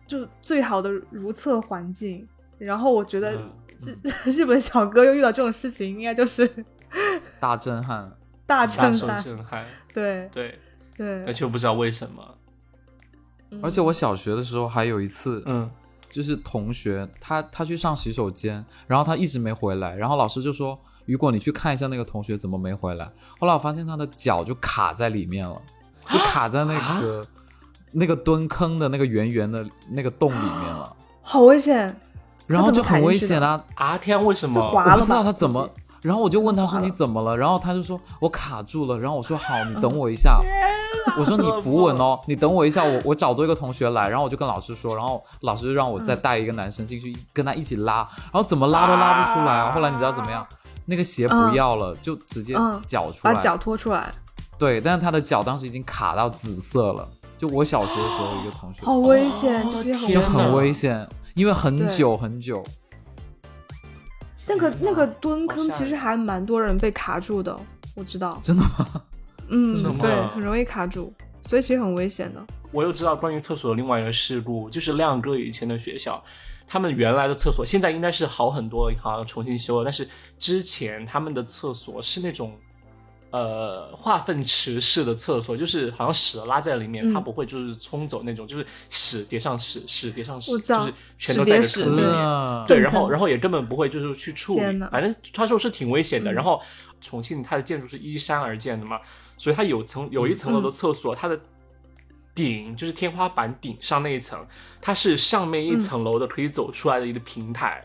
A: 就最好的如厕环境。然后我觉得
C: 嗯
A: 日、 日本小哥又遇到这种事情，应该就是
B: 大震撼。
A: 大
C: 大
A: 震
C: 受
A: 撼。
C: 震撼，
A: 对
C: 对，
A: 对
C: 但，却不知道为什么，
A: 嗯
B: 而且我小学的时候还有一次，
C: 嗯，
B: 就是同学他他去上洗手间，然后他一直没回来，然后老师就说：“雨果，你去看一下那个同学怎么没回来。”后来我发现他的脚就卡在里面了，就卡在那个、那个蹲坑的那个圆圆的那个洞里面了，
A: 好危险，
B: 然后就很危险啊！
C: 啊天，为什
A: 就
C: 么？
A: 滑
B: 我
A: 了
B: 不知
A: 吧
B: 道他怎
A: 估
B: 么
A: 计。啊
B: 然后我就问他说
A: 滑了
B: 你怎么了？然后他就说我卡住了。然后我说好，你等我一下。
A: 啊
B: 我说你扶稳哦，你等我一下，我我找多一个同学来。然后我就跟老师说，然后老师让我再带一个男生进去跟他一起拉，然后怎么拉都拉不出来啊。后来你知道怎么样？那个鞋不要了，就直接
A: 嗯
B: 脚出
A: 把
B: 来。
A: 脚拖出来，
B: 对，但是他的脚当时已经卡到紫色了。就我小学的时候一个同学，
A: 好危险，
C: 哦
A: 这些很
C: 天
A: 危
B: 就
C: 哪
B: 很
A: 险。
B: 危险，因为很
A: 对
B: 久很久。
A: 那个
C: 天哪
A: 那个蹲坑
C: 好吓人
A: 其实还蛮多人被卡住的，我知道。
B: 真的
A: 吗？嗯
B: 真的吗，
A: 对，很容易卡住，所以其实很危险的。
C: 我又知道关于厕所的另外一个事故，就是亮哥以前的学校，他们原来的厕所现在应该是好很多，好像重新修了，但是之前他们的厕所是那种。呃，化粪池式的厕所，就是好像屎拉在里面，
A: 嗯
C: 它不会就是冲走那种，就是屎叠上屎，屎叠上屎，
A: 我知
C: 就
A: 道
C: 是全都在一个
A: 屎叠
C: 坑里
A: 屎
C: 面。
B: 嗯
C: 对，
A: 粪
C: 然后
A: 坑
C: 然后也根本不会就是去处
A: 天
C: 理
A: 哪，
C: 反正他说是挺危险的。
A: 嗯
C: 然后重庆它的建筑是依山而建的嘛，所以它有
A: 嗯
C: 层有一层楼的厕所，它的顶就是天花板顶上那一层，它是上面一层楼的可以走出来的一个平台，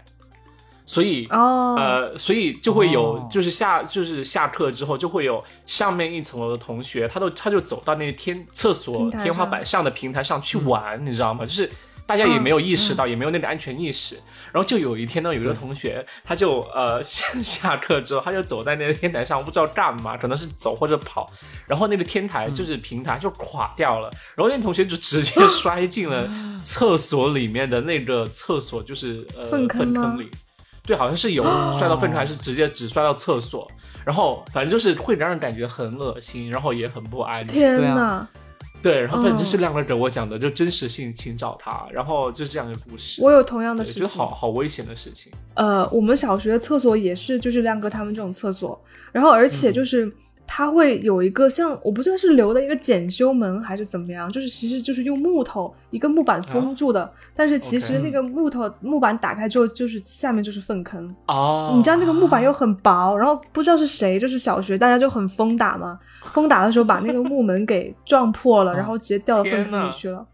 C: 所以
A: 哦，
C: 呃，所以就会有，
B: 哦
C: 就是下就是下课之后，就会有上面一层楼的同学，他都他就走到那个天厕所
A: 平台上嗯
C: 天花板上的平台上去玩，你知道吗？就是大家也没有意识到，也没有那个安全意识。然后就有一天呢，有一个同学，他就呃下下课之后，他就走在那个天台上，不知道干嘛，可能是走或者跑，然后那个天
A: 嗯
C: 台就是平台就垮掉了，然后那个同学就直接摔进了
A: 嗯
C: 厕所里面的那个厕所，就是呃
A: 粪
C: 粪
A: 坑吗哦
C: 坑里。对，好像是有摔到粪坑，还是直接只摔到厕所，然后反正就是会让人感觉很恶心，然后也很不安全。
A: 天嗯
B: 对啊
A: 哪！
C: 对，然后反正就是亮哥给我讲的，就真实性，请找他，然后就这样一个故事。
A: 我有同样的
C: 对
A: 事
C: 觉
A: 情
C: 得。好好危险的事情。
B: 嗯
A: 呃，我们小学厕所也是，就是亮哥他们这种厕所，然后而且就是它会有一个像我不知道是留的一个检修门还是怎么样，就是其实就是用木头一个木板
B: 啊
A: 封住的，但是其实
C: OK
A: 那个木头木板打开之后，就是下面就是粪坑。
C: 哦，
A: 你知道那个木板又很薄，然后不知道是谁，就是小学大家就很疯打嘛，疯打的时候把那个木门给撞破 了，然后直接掉到粪
C: 哦天
A: 坑
C: 哪
A: 里去 了，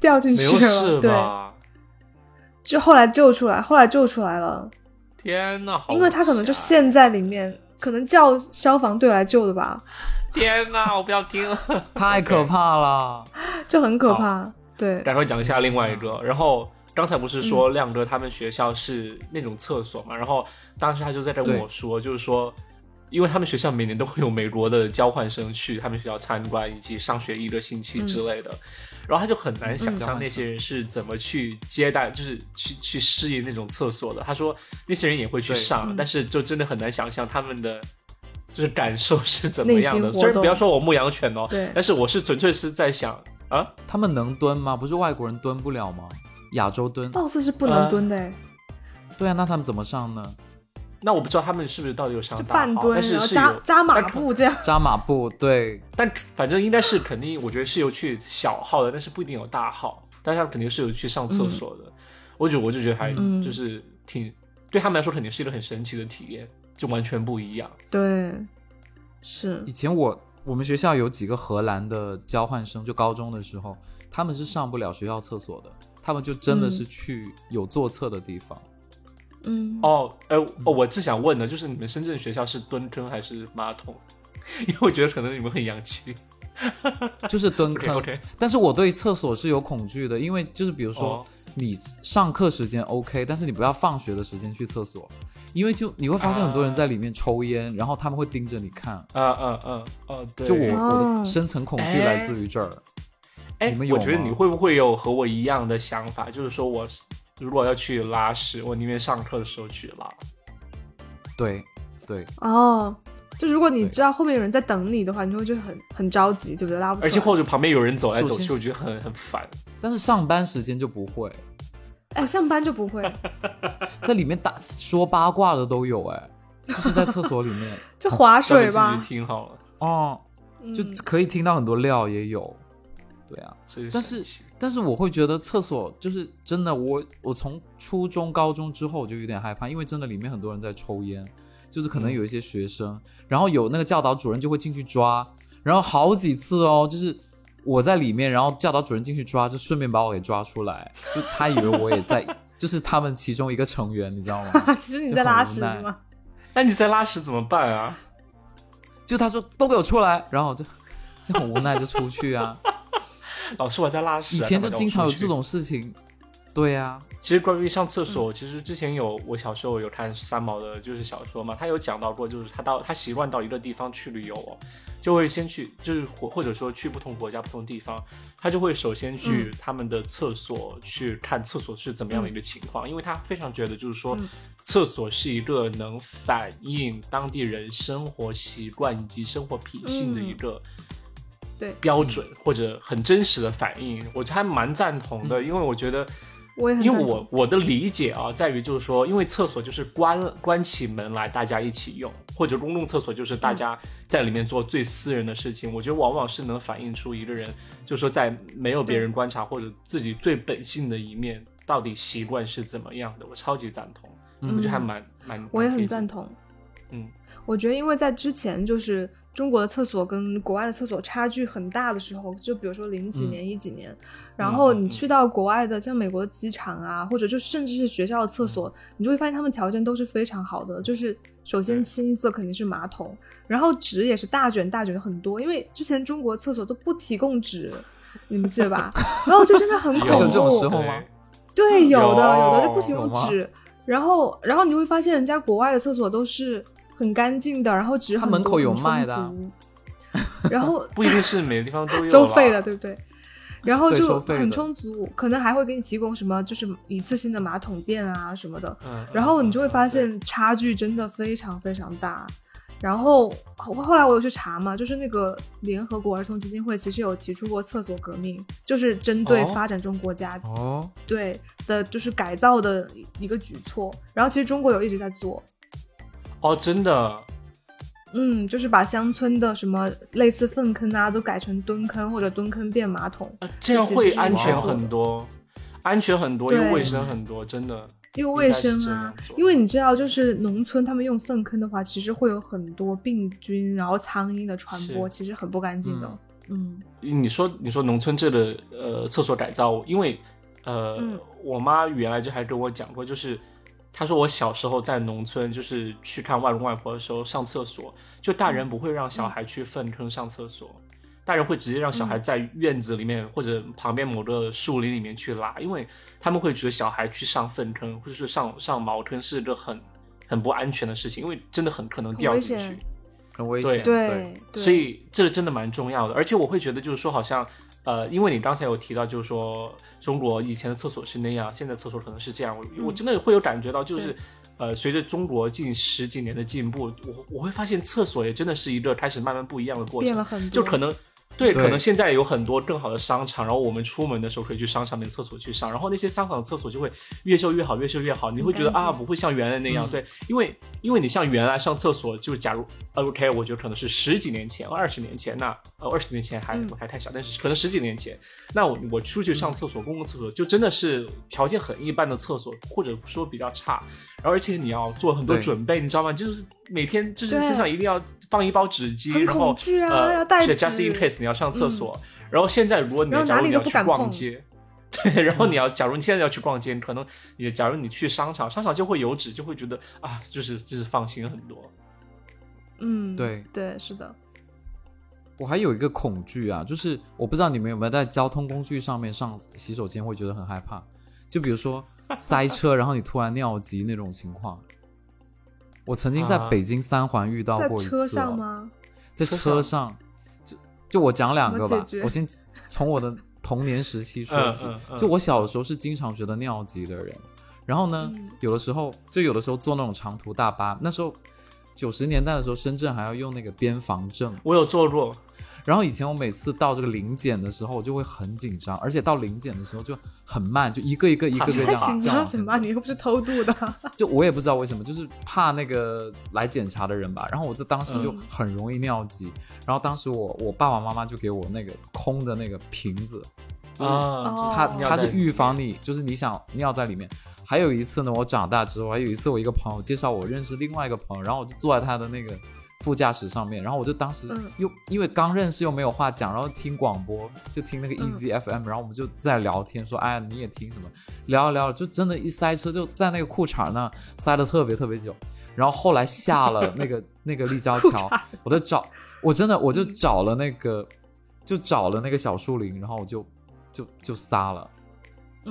A: 掉进
C: 没
A: 去
C: 有事
A: 了，对，
C: 吧？
A: 就后来救出来，后来救出来了，
C: 天哪，好
A: 因为他可能就
C: 吓
A: 陷在里面，可能叫消防队来救的吧，
C: 天哪，我不要听了。
B: 太可怕了。
A: 就很可怕，对，
C: 赶快讲一下另外一个。
A: 嗯
C: 然后刚才不是说亮哥他们学校是那种厕所嘛？然后当时他就在这跟我说，就是说，因为他们学校每年都会有美国的交换生去他们学校参观以及上学一个星期
A: 嗯
C: 之类的，然后他就很难想象那些人是怎么去接待，就是去去适应那种厕所的。他说那些人也会去
B: 对
C: 上
A: 嗯，
C: 但是就真的很难想象他们的。就是感受是怎么
A: 内
C: 样
A: 心
C: 的，
A: 活
C: 虽然不
A: 动
C: 要说我牧羊犬哦
A: 对，
C: 但是我是纯粹是在想啊，
B: 他们能蹲吗？不是外国人蹲不了吗？亚洲蹲，
A: 貌似是不能
C: 呃
A: 蹲的，哎
B: 对啊，那他们怎么上呢？
C: 那我不知道他们是不是到底有上
A: 就
C: 大
A: 半
C: 号
A: 蹲，
C: 但是
A: 然后
C: 是
A: 扎
C: 有，
A: 扎马
C: 但可
A: 步这样，
B: 扎马步，对，
C: 但反正应该是肯定，我觉得是有去小号的，但是不一定有大号，但是他们肯定是有去上厕所的。我觉得我就觉得还
A: 嗯
C: 就是挺、对他们来说肯定是一个很神奇的体验，就完全不一样。
A: 对，是，
B: 以前我我们学校有几个荷兰的交换生，就高中的时候，他们是上不了学校厕所的，他们就真的
A: 嗯
B: 是去有坐厕的地方。
A: 嗯，
C: 哦，呃，哦，我只想问的就是你们深圳学校是蹲坑还是马桶？ 因为我觉得可能你们很洋气。
B: 就是蹲
C: OK
B: 坑。
C: OK，
B: 但是我对厕所是有恐惧的，因为就是比如说
C: 哦
B: 你上课时间 OK，但是你不要放学的时间去厕所，因为就你会发现很多人在里面抽烟，然后他们会盯着你看。
C: 啊啊啊啊，对，
B: 就我我
A: 哦
B: 的深层恐惧
C: 哎
B: 来自于这儿，
C: 哎，
B: 你们有
C: 我觉得
B: 吗
C: 你会不会有和我一样的想法？就是说我如果要去拉屎，我宁愿上课的时候去拉。
B: 啊对对，
A: 哦，就如果你
B: 对
A: 知道后面有人在等你的话，你就会觉得很很着急，对不对？拉不出来。
C: 而且或者旁边有人走来走去，
B: 首
C: 我觉得很很烦。
B: 但是上班时间就不会，
A: 哎，上班就不会，
B: 在里面打说八卦的都有哎，就是在厕所里面
A: 就划水
C: 让你
A: 吧
C: 自己，听好了，
B: 哦，
A: 嗯？
B: 就可以听到很多料也有，对啊，
C: 真
B: 但
C: 神
B: 是
C: 奇
B: 但是我会觉得厕所就是真的，我我从初中、高中之后我就有点害怕，因为真的里面很多人在抽烟，就是可能
C: 嗯
B: 有一些学生，然后有那个教导主任就会进去抓，然后好几次哦，就是我在里面，然后教导主任进去抓，就顺便把我给抓出来，就他以为我也在，就是他们其中一个成员，你知道吗
A: 其实你在拉屎是吗？
C: 那你在拉屎怎么办啊？
B: 就他说都给我出来，然后我就就很无奈就出去 啊。
C: 老师，我在拉屎
B: 以
C: 啊。
B: 前就
C: 干嘛叫我
B: 经常有
C: 出去
B: 这。种事情，对啊呀、
C: 其实关于上厕
A: 嗯
C: 所，其实之前有我小时候有看三毛的，就是小说嘛，他有讲到过，就是他到他习惯到一个地方去旅游哦，就会先去，就是或或者说去不同国家、不同地方，他就会首先
A: 嗯
C: 去他们的厕所、去看厕所是怎么样的一个情况，因为他非常觉得就是说，
A: 嗯
C: 厕所是一个能反映当地人生活习惯以及生活品性的一个。
A: 嗯对
C: 标准或者很真实的反应，我觉得还蛮赞同
A: 嗯
C: 的，因为我觉得
A: 我也很
C: 因为
A: 赞同
C: 我我的理解啊，在于就是说，因为厕所就是关关起门来大家一起用，或者公共厕所就是
A: 嗯
C: 大家在里面做最私人的事情。我觉得往往是能反映出一个人，就是说在没有别人观察或者自己最本性的一面，到底习惯是怎么样的。我超级赞同，
B: 嗯
C: 我觉得还蛮蛮，
A: 我也很
C: 蛮贴近
A: 赞。同。
C: 嗯，
A: 我觉得因为在之前就是中国的厕所跟国外的厕所差距很大的时候，就比如说零几年、一几年，然后
C: 嗯嗯嗯
A: 你
C: 嗯
A: 去到国外的像美国的机场啊，或者就甚至是学校的
C: 嗯
A: 厕所，你就会发现他们条件都是非常好的。就是首先
C: 对
A: 清一色肯定是马桶，然后纸也是大卷大卷很多，因为之前中国厕所都不提供纸。你们记得吧？ 然后就真的很恐
B: 有
A: 怖，
B: 这种时候
C: 对
B: 吗
A: 对，有的
C: 有
A: 有的就不提
B: 嗯有
A: 供
B: 吗
A: 纸，然后然后你会发现人家国外的厕所都是很干净的，然后纸
B: 他
A: 很
B: 门
A: 多
B: 口
A: 很
B: 有
A: 充
B: 卖的啊
A: 足然 后
C: 不一定是每个地方 都有
A: 收费
C: 啦
A: 的，对不对？然后
B: 对
A: 就
B: 收费
A: 很
B: 的
A: 充足，可能还会给你提供什么就是一次性的马桶垫啊什么的，
C: 嗯，
A: 然后你就会发
C: 嗯，
A: 现差距真的非常非常大。然后后后来我有去查嘛，就是那个联合国儿童基金会其实有提出过厕所革命，就是针对
C: 哦
A: 发展中国家
B: 哦，
A: 对的，就是改造的一个举措。然后其实中国有一直在做，
C: 嗯哦，真的，
A: 嗯，就是把乡村的什么类似粪坑啊，都改成蹲坑或者蹲坑变马桶，
C: 啊这样
A: 其实
C: 会
A: 是
C: 安全
B: 蛮好的
C: 很多，安全很多，又
A: 对
C: 卫生很多，真的。
A: 因为卫生
C: 应该是这
A: 啊
C: 样做，
A: 因为你知道，就是农村他们用粪坑的话，其实会有很多病菌，然后苍蝇的传播，
C: 是
A: 其实很不干净的。嗯
C: 你说你说农村这的呃厕所改造，因为呃、
A: 嗯
C: 我妈原来就还跟我讲过，就是她说我小时候在农村，就是去看外公外婆的时候上厕所，就大
A: 嗯
C: 人不会让小孩去粪坑上厕所，大人会直接让
A: 嗯
C: 小孩在院子里面、或者旁边某个树林里面去拉，因为他们会觉得小孩去上粪坑或者是上上茅坑是一个很很不安全的事情，因为真的很可能
A: 很
C: 掉
A: 危
C: 进
A: 险
C: 去。
B: 很危
C: 对
B: 险。
A: 对，对
C: 所以这个真的蛮重要的。而且我会觉得，就是说，好像呃，因为你刚才有提到，就是说中国以前的厕所是那样，现在厕所可能是这样。我、
A: 嗯
C: 我真的会有感觉到，就是
A: 对
C: 呃，随着中国近十几年的进步，我我会发现厕所也真的是一个开始慢慢不一样的过
A: 变
C: 程
A: 了，很多，
C: 就可能。对，
B: 对
C: 可能现在有很多更好的商场，然后我们出门的时候可以去商场里面厕所去上，然后那些商场的厕所就会越修越好，越修越好，你会觉得
A: 干净
C: 啊，不会像原来那样，
B: 嗯
C: 对，因为因为你像原来上厕所，就假如呃 OK，我觉得可能是十几年前、二十年前那呃二十年前还
A: 嗯
C: 我还太小，但是可能十几年前，那我我出去上厕所，公共厕所就真的是条件很一般的厕所，或者说比较差，然后而且你要做很多
B: 对
C: 准备，你知道吗？就是每天就是
A: 对
C: 身上一定要放一包纸巾，
A: 很
C: 然后
A: 恐惧啊
C: 呃、
A: 要带
C: 是
A: 纸嗯
C: just in case 你要上厕所，然后现在如果你
A: 然后
C: 假如
A: 哪里
C: 你
A: 都
C: 要
A: 不
C: 去
A: 敢
C: 逛
A: 碰嗯
C: 街。对，然后你要，假如你现在要去逛街，你可能你假如你去商场，商场就会有纸，就会觉得啊，就是就是放心很多。
A: 嗯，
B: 对
A: 对，是的，
B: 我还有一个恐惧啊，就是我不知道你们有没有在交通工具上面上洗手间会觉得很害怕，就比如说塞车，然后你突然尿急那种情况。我曾经在
C: 啊
B: 北京三环遇到
A: 在
B: 过一次、哦
A: 车上？吗？
B: 在
C: 车
B: 车上，就就我讲两个
A: 怎么
B: 吧
A: 解决，
B: 我先从我的童年时期说起。
C: 嗯嗯嗯
B: 就我小的时候是经常觉得尿急的人，然后呢，
A: 嗯
B: 有的时候就有的时候坐那种长途大巴，那时候九十年代的时候，深圳还要用那个边防证，
C: 我有做过，
B: 然后以前我每次到这个临检的时候，我就会很紧张，而且到临检的时候就很慢，就一个一个一个一个这
A: 太
B: 样
A: 紧
B: 这样
A: 张
B: 往
A: 什
B: 前
A: 么啊？
B: 走
A: 你又不是偷渡的，
B: 就我也不知道为什么，就是怕那个来检查的人吧。然后我就当时就
A: 嗯
B: 很容易尿急，然后当时我我爸爸妈妈就给我那个空的那个瓶子，
A: 嗯
B: 就是
C: 啊，
B: 它
A: 哦
B: 它是预防
C: 你，
B: 你，就是你想尿在里面。还有一次呢，我长大之后，还有一次我一个朋友介绍我认识另外一个朋友，然后我就坐在他的那个副驾驶上面，然后我就当时
A: 嗯
B: 又、因为刚认识又没有话讲，然后听广播就听那个
A: 嗯
B: EZ FM，、然后我们就在聊天说，哎呀你也听什么，聊着啊聊着就真的，一塞车就在那个裤衩那塞的特别特别久，然后后来下了那个那个立交
A: 裤
B: 桥
A: 衩，
B: 我就找，我真的我就
C: 嗯
B: 找了那个，就找了那个小树林，然后我就就就撒了。
C: 哦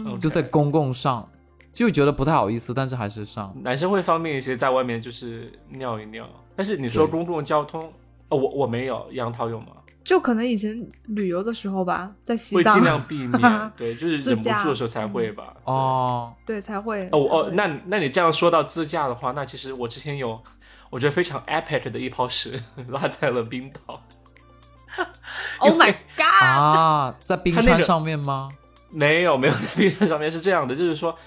A: 嗯，
B: 就在公共上，就觉得不太好意思，但是还是上。
C: 男生会方便一些，在外面就是尿一尿。但是你说
B: 对
C: 公共交通，哦，我我没有，杨涛有吗？
A: 就可能以前旅游的时候吧，在西
C: 会
A: 藏
C: 尽量避免，对，就是
A: 自
C: 忍不
A: 驾嗯
C: 住的时候才会吧。对
B: 哦，
A: 对才会
C: 哦我
A: 才
C: 哦，
A: 会
C: 那你那你这样说到自驾的话，那其实我之前有，我觉得非常 epic 的一泡屎 拉在了冰岛，
A: Oh my God！
B: 啊，在冰
C: 他那
B: 川
C: 个
B: 上面吗？
C: 没有没有在冰川上面是这样的，就是说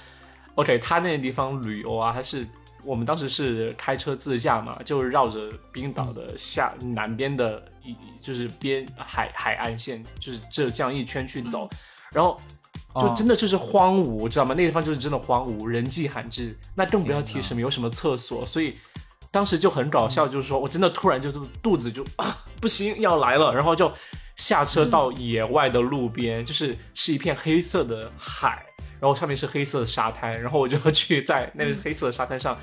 C: ，OK，他那个地方旅游啊，还是我们当时是开车自驾嘛，就绕着冰岛的下南边的一就是边海海岸线，就是浙江一圈去走，然后就
B: 哦
C: 真的就是荒芜，知道吗？那地方就是真的荒芜，人迹罕至，那更不要提什么有什么厕所，所以当时就很搞笑，就是说我真的突然就是肚子就啊不行要来了，然后就下车到野外的路边，就是是一片黑色的海，然后上面是黑色的沙滩，然后我就去在那个黑色的沙滩上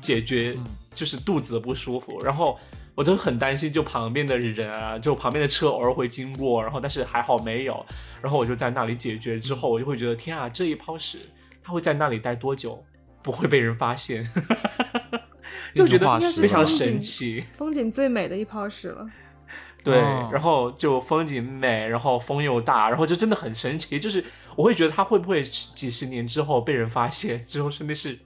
C: 解决
B: 嗯
C: 就是肚子的不舒服，然后。我都很担心，就旁边的人啊，就旁边的车偶尔会经过，然后但是还好没有，然后我就在那里解决之后，我就会觉得天啊，这一泡屎，它会在那里待多久？不会被人发现，就觉
B: 变成化
A: 应
C: 得
A: 该是
B: 石了
C: 非常
A: 风景
C: 神奇。
A: 风景最美的一泡屎了，
C: 对，
B: 哦
C: 然后就风景美，然后风又大，然后就真的很神奇。就是我会觉得它会不会几十年之后被人发现，之后说那是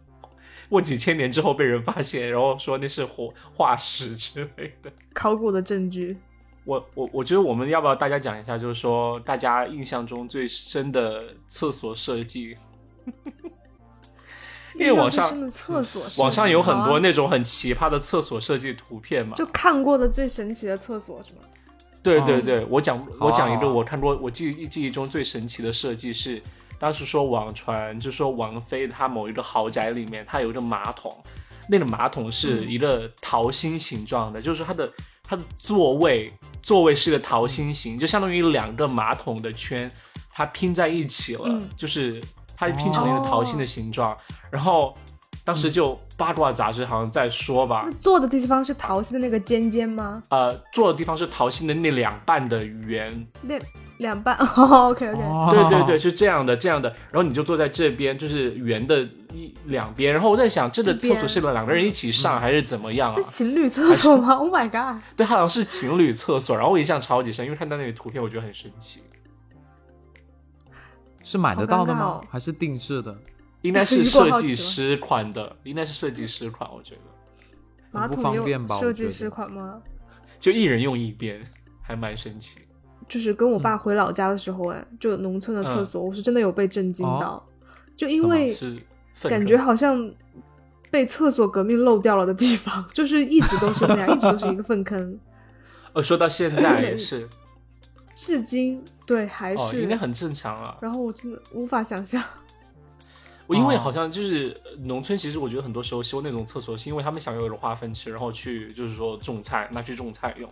C: 过几千年之后被人发现，然后说那是火化石之类的。
A: 考古的证据。
C: 我我我觉得我们要不要大家讲一下，就是说大家印象中最深的厕所设计？因为网
A: 印象最深
C: 上
A: 的厕所是
C: 网上有很多
A: 吗
C: 那种啊很奇葩的厕所设计图片嘛。
A: 就看过的最神奇的厕所是吗？
C: 对
B: 嗯
C: 对对，我讲
B: 好啊
C: 我讲一
B: 好
C: 个
B: 啊
C: 我看过我记忆记忆中最神奇的设计是，当时说网传就说王菲她某一个豪宅里面她有一个马桶，那个马桶
B: 嗯
C: 是一个桃心形状的，就是它的它的座位座位是一个桃心形，就相当于两个马桶的圈它拼在一起了，
A: 嗯
C: 就是它拼成了一个桃心的形
B: 哦
C: 状，然后当时
B: 嗯
C: 就八卦杂志好像在说吧，
A: 那坐的地方是桃心的那个尖尖吗？
C: 呃，坐的地方是桃心的那两半的圆。
A: 那两半 哦，OK OK，、
B: 哦
C: 对对对，，是这样的，这样的。然后你就坐在这边，就是圆的一两边。然后我在想，这个
A: 一
C: 厕
A: 边
C: 所是两个人一起上还是怎么样啊
A: 是？情侣厕所吗？Oh my god！
C: 对，它好像是情侣厕所。然后我印象超级深，因为看到那个图片，我觉得很神奇。
B: 是买得到的
A: 好
B: 吗
A: 尴尬哦？
B: 还是定制的？
C: 应该是
A: 如果
C: 设
A: 好奇
C: 计
A: 吗
C: 师款的，应该是设计师款，我觉得
A: 马
B: 很不
A: 桶
B: 方便
A: 有
B: 吧？
A: 设
B: 我觉
A: 计
B: 得
A: 师款吗？
C: 就一人用一边，还蛮神奇。
A: 就是跟我
C: 嗯
A: 爸回老家的时候，哎，就农村的厕
B: 嗯
A: 所，我是真的有被震惊
B: 哦
A: 到，就因为
C: 是粪
A: 感
C: 坑
A: 觉好像被厕所革命漏掉了的地方， 就是一直都是那样，一直都是一个粪坑，
C: 呃，说到现在 也是，
A: 至今对还
C: 哦，
A: 是。
C: 应该很正常啊。
A: 然后我真的无法想象，
C: 我因为
B: 哦
C: 好像就是呃农村，其实我觉得很多时候修那种厕所，是因为他们想要有花粪池，然后去就是说种菜，拿去种菜用。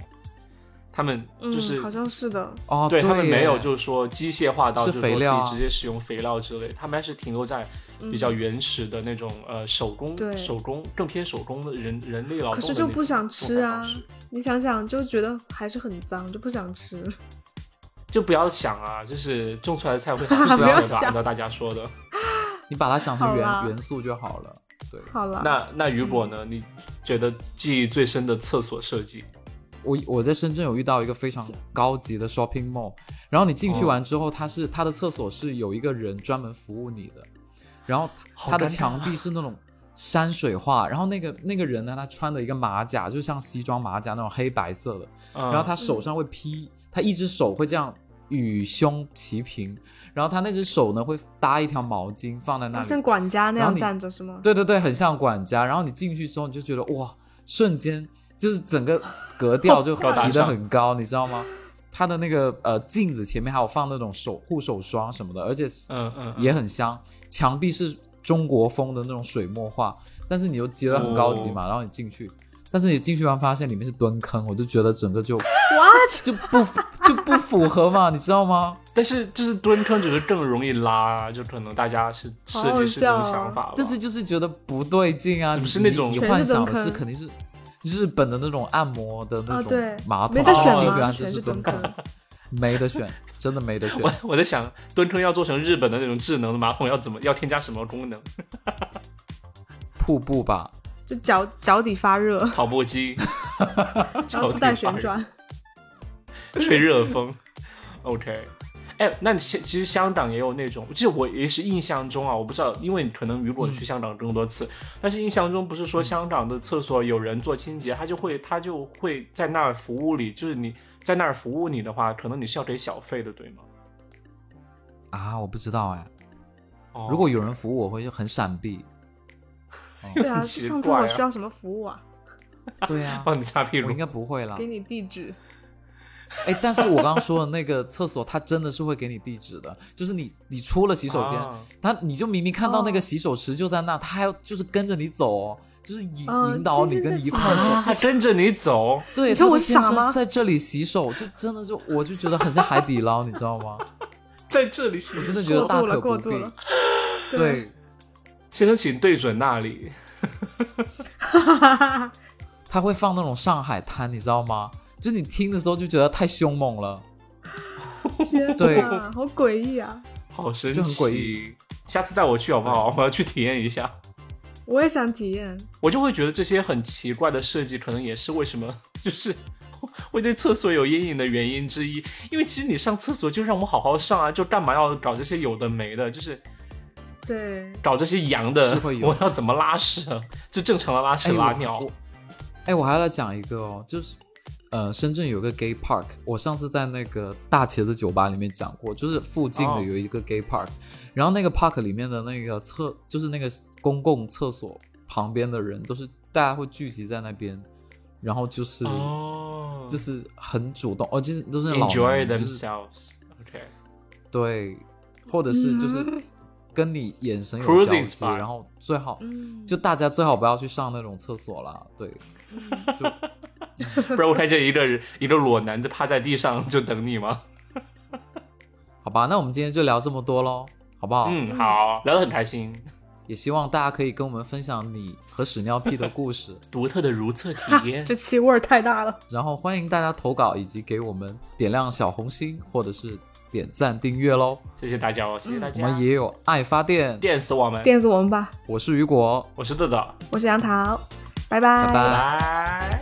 C: 他们 就是、
A: 嗯，好像是的，
B: 哦，
C: 对他们没有
B: 耶
C: 就是说机械化到
B: 是
C: 就是说
B: 肥料啊
C: 可以直接使用肥料之类，他们还是停留在
A: 嗯
C: 比较原始的那种、呃手工
A: 对
C: 手工更偏手工的人人力劳动的
A: 可是
C: 那种种菜方式。
A: 就不想吃啊你想想就觉得还是很脏，就不想吃。
C: 就不要想啊，就是种出来的菜 会
A: 不要
C: 好吃的吧？
A: 想
C: 按照大家说的，
B: 你把它想成
A: 好
B: 元
A: 啦
B: 元素就好了。对，
A: 好了，
C: 那那雨
A: 嗯
C: 果呢？你觉得记忆最深的厕所设计？
B: 我我在深圳有遇到一个非常高级的 shopping mall，然后你
C: 哦
B: 进去完之后，它是它的厕所是有一个人专门服务你的，然后
C: 好
B: 它的
C: 尴尬啊
B: 墙壁是那种山水画，然后那个那个人呢，他穿的一个马甲，就像西装马甲那种黑白色的，
C: 嗯、
B: 然后他手上会披，他一只手会这样与胸齐平，然后他那只手呢会搭一条毛巾放在那
A: 啊
B: 里，
A: 像管家那
B: 然后
A: 样
B: 你
A: 站着是吗？
B: 对对对，很像管家。然后你进去之后，你就觉得哇，瞬间就是整个格调就
C: 高大
B: 提的
C: 上
B: 很高，你知道吗？它的那个呃镜子前面还有放那种手护手霜什么的，而且是
C: 嗯嗯嗯
B: 也很香。墙壁是中国风的那种水墨画，但是你又觉得很高级嘛，然
C: 哦
B: 后你进去。但是你进去完发现里面是蹲坑，我就觉得整个就
A: What？
B: 就不符就不符合嘛，你知道吗？
C: 但是就是蹲坑只是更容易拉，就可能大家是
A: 好
C: 设计师这
A: 好
C: 种
A: 笑啊
C: 想法吧。
B: 但是就是觉得不对劲啊！
C: 是不
B: 你
C: 是那种
B: 你
A: 全是
B: 幻想
A: 蹲
B: 的是
A: 坑
B: 肯定是日本的那种按摩的那
A: 啊，对
B: 种，马桶，
A: 没得
C: 哦
A: 选
B: 进去
A: 吗？
B: 完
A: 是全
B: 全
A: 是
B: 蹲
A: 蹲坑
B: 坑，，没得选，真的没得选。
C: 我我在想，蹲坑要做成日本的那种智能的马桶，要怎么要添加什么功能？
B: 瀑布吧，
A: 就脚脚底发 热，
C: 跑 步机，
A: 然后
C: 脚
A: 自
C: 底
A: 带
C: 板
A: 旋， 转。
C: 吹热风。OK，哎，那你现其实香港也有那种，就我也是印象中啊，我不知道，因为可能如
B: 嗯
C: 果你去香港更多次，但是印象中不是说香港的厕所有人做清洁，他就会他就会在那儿服务你，就是你在那儿服务你的话，可能你是要给小费的，对吗？
B: 啊，我不知道哎。
C: 哦
B: 如果有人服务，我会很闪 避。
A: 对啊，
C: 很
A: 去
C: 奇
A: 上厕
C: 怪
A: 所
C: 啊
A: 需要什么服务 啊？
B: 对 啊，
C: 哦帮你擦屁
B: 我
C: 股
B: 应，该不会啦
C: 啊
A: 给。你地 址，
B: 哎，但是我刚刚说的那个厕所，它真的是会给你地址的，就是你你出了洗手间，
C: 啊
B: 他你就明明看到那
A: 哦
B: 个洗手池就在那，他还要就是跟着你走哦，就是引
A: 嗯
B: 引导
A: 这
B: 你
A: 这
B: 跟
A: 这
B: 你一
A: 这
B: 块
A: 这
B: 走。
C: 他啊跟着你走，
B: 对，
A: 你说
B: 他
A: 我
B: 就先
A: 傻
B: 生
A: 吗
B: 在这里洗手，就真的就我就觉得很像海底捞，你知 道吗？
C: 在这里洗
B: 我真的觉
A: 过
B: 得大
A: 度了，
B: 可
A: 过
B: 不
A: 度
B: 必
A: 了。。对，
B: 对，
C: 先生，请对准那里。
B: 他会放那种上海滩，你知道吗？就你听的时候就觉得太凶猛了。
A: 天
B: 对
A: 哪，好诡异啊！
C: 好神
B: 就很诡
C: 奇！下次带我去好不好？我要去体验一下。
A: 我也想体验，
C: 我就会觉得这些很奇怪的设计，可能也是为什么 就是会对厕所有阴影的原因之一。因为其实你上厕所就让我好好上啊，就干嘛要搞这些有的没的，就是
A: 对，
C: 搞这些洋的
B: 是会。有
C: 我要怎么拉屎啊？就正常的拉屎
B: 哎
C: 拉
B: 我
C: 尿
B: 我。哎，我还要来讲一个哦，就是呃，深圳有个 gay park，我上次在那个大茄子酒吧里面讲过，就是附近
C: 哦
B: 的有一个 gay park，、然后那个 park 里面的那个厕，就是那个公共厕所旁边的人，都是大家会聚集在那边，然后就是、
C: 哦，
B: 就是很主动哦，就是都是老
C: enjoy
B: 男人就是
C: themselves。OK，
B: 对，或者是就是
A: 嗯
B: 跟你眼神有
C: Cruising
B: 交集，
C: spot
B: 然后最好
A: 嗯，
B: 就大家最好不要去上那种厕所啦，对，就
C: 不然我看见一个人一个裸男在趴在地上就等你吗？
B: 好吧，那我们今天就聊这么多喽，好不好？
C: 嗯，好，聊得很开心，
B: 也希望大家可以跟我们分享你和屎尿屁的故事，
C: 独特的如厕体 验
A: 这。气味儿太大了。
B: 然后欢迎大家投稿以及给我们点亮小红心或者是点赞订阅喽。
C: 谢谢大家哦，谢谢大
B: 我
C: 家，
B: 们也有爱发电，
C: 电死我们！
A: 电死我们吧！
B: 我是雨果，
C: 我是豆豆，
A: 我是杨桃，
B: 拜拜
C: 拜。